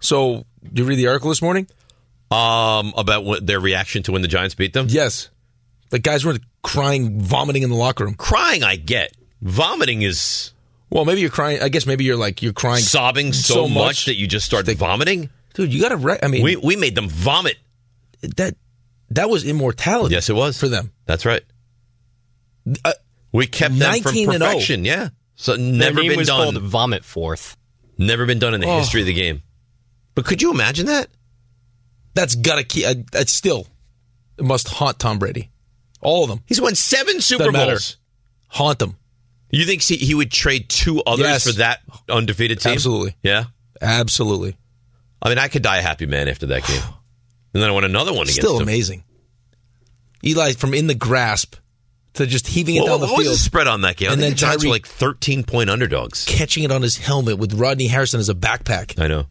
So did you read the article this morning?
Um, about what, their reaction to when the Giants beat them.
Yes, the guys were crying, vomiting in the locker room.
Crying, I get. Vomiting is
well, maybe you're crying. I guess maybe you're like you're crying,
sobbing so, much, that you just start vomiting.
dude. You got to. Re- I mean,
we we made them vomit.
that that was immortality.
Yes, it was
for them.
That's right. we kept them from
19 and oh.
perfection. Yeah, so never
game
been
was
done.
called Vomit Forth.
Never been done in the
Oh.
history of the game. But could you imagine that?
That's gotta keep. uh, That's still it must haunt Tom Brady. All of them.
He's won seven Super
Doesn't matter.
Bowls.
Haunt them.
You think he- he would trade two others
Yes.
for that undefeated team?
Absolutely.
Yeah.
Absolutely.
I mean, I could die a happy man after that game, and then I want another one against
Still
him.
amazing. Eli from in the grasp to just heaving it
What,
down the
what was
field.
the spread on that game?
And
I
then
think the Giants were
Tyreek-
like thirteen point underdogs.
catching it on his helmet with Rodney Harrison as a backpack.
I know.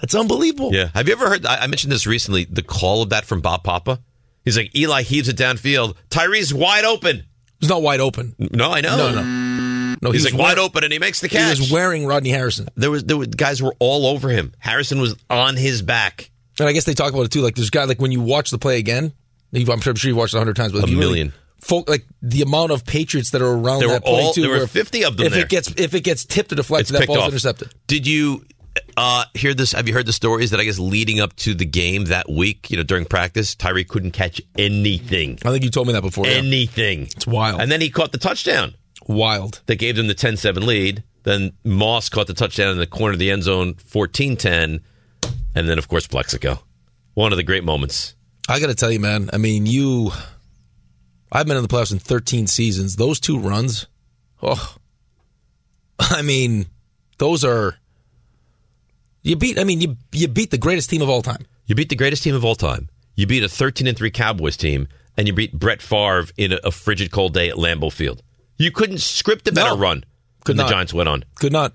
That's unbelievable.
Yeah. Have you ever heard? I I mentioned this recently. The call of that from Bob Papa. He's like Eli heaves it downfield. Tyree's wide open.
He's not wide open.
No, I know.
No, no. No,
he's
he was
like wide
wear-
open, and he makes the
He
catch.
was wearing Rodney Harrison.
there was there were, guys were all over him. Harrison was on his back.
And I guess they talk about it too. Like there's guy like when you watch the play again, you- I'm sure, I'm sure you've watched it a hundred times, but if
A
you really
million.
folk like the amount of Patriots that are around
There were
that play
all-
too.
there were
where
50 of them
If
there.
it gets if it gets tipped or deflected, that
picked
ball's
off.
intercepted.
Did you uh, hear this? Have you heard the stories that I guess leading up to the game that week? You know, during practice, Tyree couldn't catch anything.
I think you told me that before. Oh, yeah.
anything. It's
wild.
And then he caught the touchdown.
Wild.
That gave them the 10 7 lead. Then Moss caught the touchdown in the corner of the end zone, 14 10. And then, of course, Plexico. One of the great moments.
I got to tell you, man. I mean, you. I've been in the playoffs in 13 seasons. Those two runs, oh, I mean, those are. You beat. I mean, you you beat the greatest team of all time.
You beat the greatest team of all time. You beat a 13 3 Cowboys team, and you beat Brett Favre in a, a frigid cold day at Lambeau Field. You couldn't script a better run
could
than the
not.
Giants went on.
Could not.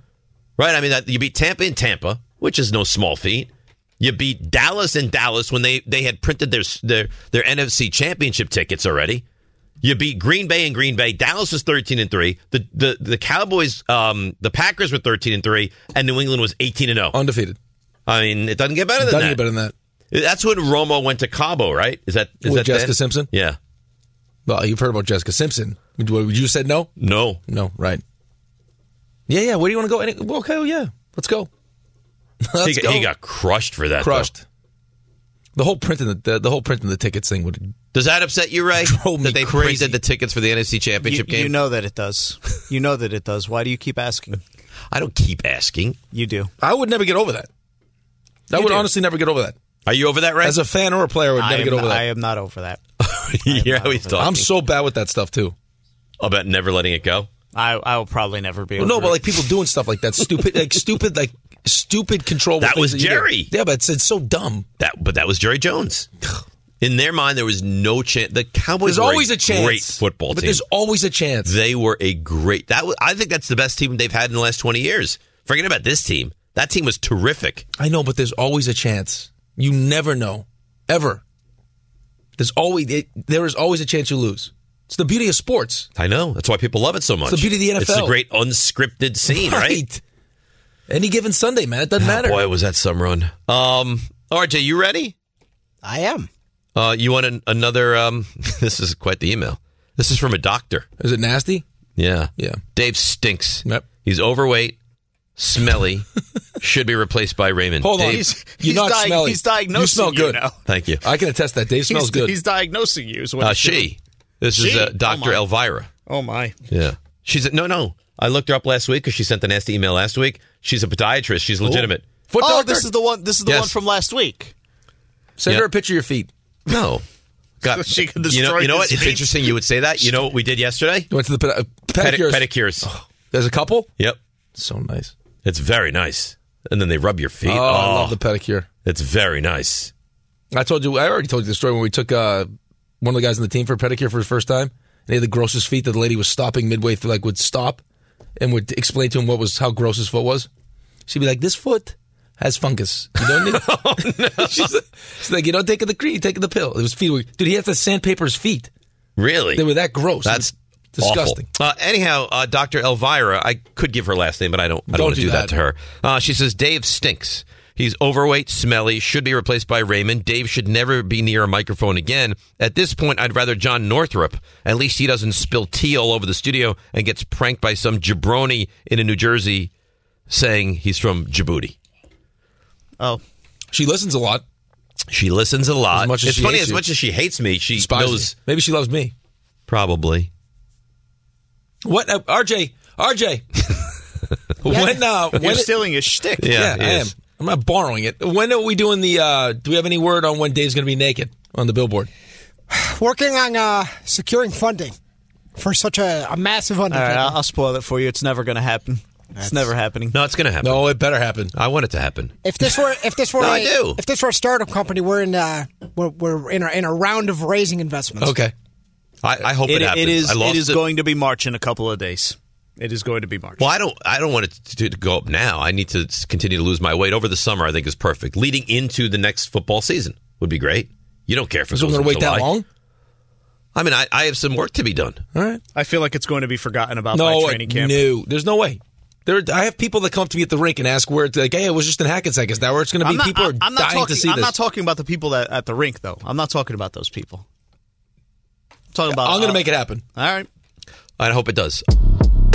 Right? I mean, that- you beat Tampa in Tampa, which is no small feat. You beat Dallas in Dallas when they, they had printed their, their their NFC Championship tickets already. You beat Green Bay in Green Bay. Dallas was thirteen and three. The the the Cowboys, um, the Packers were thirteen and three, and New England was eighteen and zero,
undefeated.
I mean, it doesn't get better than
Doesn't
that.
get better than that.
That's when Romo went to Cabo, right? Is that is
With
that
Jessica
then?
Simpson?
Yeah.
Well, you've heard about Jessica Simpson. Would would you said no?
No.
No. Right. Yeah, yeah. Where do you want to go? Any, well, okay, well, yeah. Let's go. Let's
He, got-
go.
he got crushed for that. though.
crushed. The whole print in the, the the whole print in the tickets thing would
Does that upset you, Ray? that they printed the tickets for the NFC
You,
Championship game.
you know that it does. You know that it does. Why do you keep asking?
I don't keep asking.
You do.
I would never get over that. I
You
would
do.
honestly never get over that.
Are you over that, Ray?
As a fan or a player, I would
I
never
am
get over
not-
that.
I am not over that.
you hear how he's talking
I'm so bad with that stuff too.
about never letting it go.
I, I will probably never be.
Well,
over
no,
it.
but like people doing stuff like that, stupid, like stupid, like stupid control.
That was Jerry.
Yeah, but it's, it's so dumb.
That, but that was Jerry Jones. In their mind, there was no chance. The Cowboys
There's
were
always a chance.
Great football
But
team.
there's always a chance.
They were a great. That was, I think that's the best team they've had in the last 20 years. Forget about this team. That team was terrific.
I know, but there's always a chance. You never know, ever. There's always it, there is always a chance you lose. It's the beauty of sports.
I know. That's why people love it so much.
the beauty of the
It's the
NFL.
great unscripted scene, right?
Any given Sunday, man, it doesn't matter.
Boy, was that some run. Um, RJ, you ready?
I am.
Uh, you want an, another? Um, this is quite the email. This is from a doctor.
Is it nasty?
Yeah.
Yeah.
Dave stinks. He's overweight, smelly, should be replaced by Raymond.
Hold on,
Dave,
you're
he's
not
di-
smelly.
he's diagnosing
You smell
you
good.
now.
Thank you.
I can attest that Dave smells
he's,
good.
He's diagnosing you. Is what
Uh,
he's doing.
she. This is
She?
uh,
Oh,
Dr.
my.
Elvira.
Oh my.
Yeah. She's a, no, no. I looked her up last week because she sent the nasty email last week. She's a podiatrist. She's legitimate.
oh, this is the one. This is the
Yes.
one from last week.
Send
Yeah.
her a picture of your feet.
No. God,
she
you
can
know,
destroy
you know
his
what? It's
feet.
interesting you would say that. You know what we did yesterday?
You went to the pedi-
Pedi-
pedicures. Oh.
pedicures.
There's a couple.
Yep.
So nice.
It's very nice. And then they rub your feet.
Oh, I love the pedicure.
It's very nice.
I told you. I already told you the story when we took uh, one of the guys on the team for a pedicure for his first time. And he had the grossest feet that the lady was stopping midway through, like would stop and would explain to him what was how gross his foot was. She'd be like, "This foot has fungus. You don't need."
Oh,
she's, like, she's like, "You don't take the cream, you take the pill." It was feet. were- Dude, he had to sandpaper his feet.
Really?
They were that gross.
That's
It was disgusting.
Awful. Uh, anyhow, uh, Dr. Elvira, I could give her last name, but I don't, I
Don't
don't want to
do
do that.
that.
to her. Uh, she says Dave stinks. He's overweight, smelly, should be replaced by Raymond. Dave should never be near a microphone again. At this point, I'd rather John Northrup. At least he doesn't spill tea all over the studio and gets pranked by some jabroni in New Jersey saying he's from Djibouti.
Oh,
She listens a lot.
She listens a lot.
As much as
it's
she
funny,
hates
as
you.
much as she hates me, she
Despises
knows.
Maybe she loves me.
Probably.
What? Uh, RJ. RJ. when? Uh,
You're
when it-
stealing his shtick.
Yeah, I am. I'm not borrowing it. When are we doing the? uh Do we have any word on when Dave's going to be naked on the billboard?
Working on uh, securing funding for such a, a massive
All
undertaking.
right, I'll, I'll spoil it for you. It's never going to happen. it's never happening.
No, it's going to happen.
No, it better happen.
Uh,
I want it to happen.
If this were if this were
No,
a,
I do.
if this were a startup company, we're in uh, we're, we're in a, in a round of raising investments.
I, I hope it, happens.
It is,
I lost
it is
it.
going to be March in a couple of days. It is going to be March.
Well, I don't. I don't want it to, to go up now. I need to s- continue to lose my weight over the summer. I think is perfect. Leading into the next football season would be great. You don't care if it's
So we're
going
gonna
to
wait that long?
I mean, I, I have some work to be done.
All right.
I feel like it's going to be forgotten about
no, uh,
by training camp.
no. There's no way. There, I have people that come up to me at the rink and ask where. It's like, hey, it was just in Hackensack. Is that where it's going to be?
I'm not,
people
I'm
are
not
dying
talking,
to see
I'm
this.
not talking about the people that at the rink, though. I'm not talking about those people. I'm talking about.
I'm going to
uh,
make it happen.
All right.
I hope it does.